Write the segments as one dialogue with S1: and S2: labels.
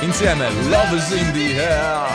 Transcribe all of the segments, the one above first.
S1: insieme a Love's in the Air.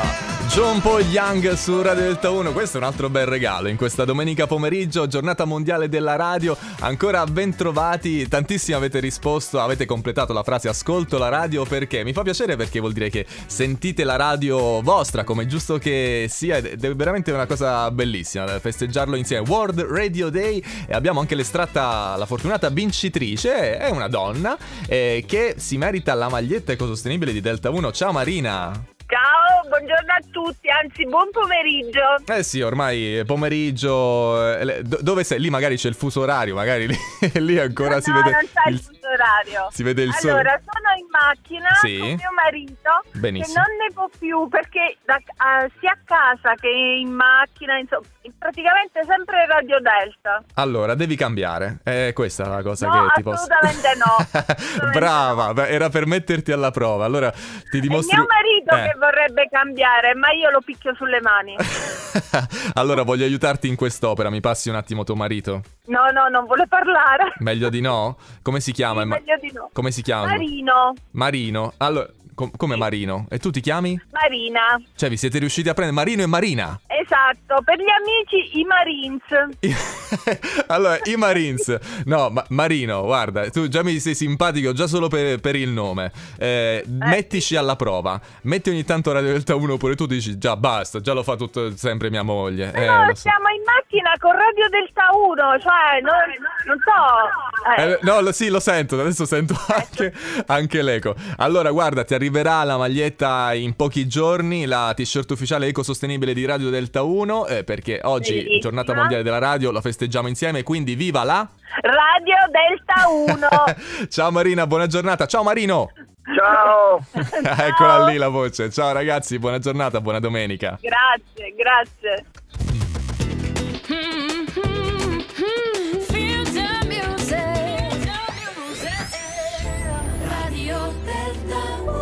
S1: John Paul Young su Radio Delta 1, questo è un altro bel regalo in questa domenica pomeriggio, giornata mondiale della radio, ancora ben trovati, tantissimi avete risposto, avete completato la frase ascolto la radio perché mi fa piacere perché vuol dire che sentite la radio vostra come è giusto che sia ed è veramente una cosa bellissima festeggiarlo insieme, World Radio Day e abbiamo anche l'estratta, la fortunata vincitrice, è una donna eh, che si merita la maglietta ecosostenibile di Delta 1, ciao Marina!
S2: Ciao, buongiorno a tutti, anzi buon pomeriggio.
S1: Eh sì, ormai è pomeriggio. eh, do- dove sei? Lì magari c'è il fuso orario, magari lì, lì ancora
S2: No,
S1: si vede
S2: non c'è il
S1: il,
S2: fuso orario.
S1: si vede il sole.
S2: Allora, sono in macchina
S1: Sì.
S2: con mio marito
S1: Benissimo.
S2: che non ne può più perché da- ah, sia a casa che in macchina, insomma, praticamente sempre Radio Delta.
S1: Allora, devi cambiare. È questa la cosa
S2: No,
S1: che ti posso
S2: assolutamente no, assolutamente
S1: Brava, beh, era per metterti alla prova. Allora, ti dimostri
S2: È mio marito
S1: Eh.
S2: che vorrebbe cambiare, ma io lo picchio sulle mani.
S1: allora, voglio aiutarti in quest'opera. Mi passi un attimo tuo marito?
S2: No, no, non vuole parlare.
S1: Meglio di no? Come si chiama? il Ah, ma- Ah,
S2: Meglio di no.
S1: Come si chiama?
S2: Marino,
S1: Marino. Allora, com- come Marino? E tu ti chiami?
S2: Marina,
S1: Cioè, vi siete riusciti a prendere Marino e Marina?
S2: esatto, per gli amici i Marines.
S1: I- allora, i Marines. No, ma- Marino, guarda, tu già mi sei simpatico già solo per, per il nome. Eh, mettici alla prova. Metti ogni tanto Radio Delta 1 pure tu dici già basta, già lo fa tutto sempre mia moglie. Eh,
S2: No,
S1: lo so.
S2: siamo in macchina con Radio Delta 1, cioè non, non so. eh, Certo.
S1: Eh, no, lo- sì, lo sento, adesso sento anche, anche l'eco. Allora, guarda, ti arriverà la maglietta in pochi giorni, la t-shirt ufficiale ecosostenibile di Radio Delta 1, eh, perché oggi,
S2: Bellissima.
S1: giornata mondiale della radio, la festeggiamo insieme, quindi viva la...
S2: Radio Delta 1.
S1: Ciao Marina, buona giornata. Ciao Marino.
S3: Ciao,
S1: Eccola lì la voce. Ciao ragazzi, buona giornata, buona domenica.
S2: grazie, grazie.
S4: Feel the music. Radio Delta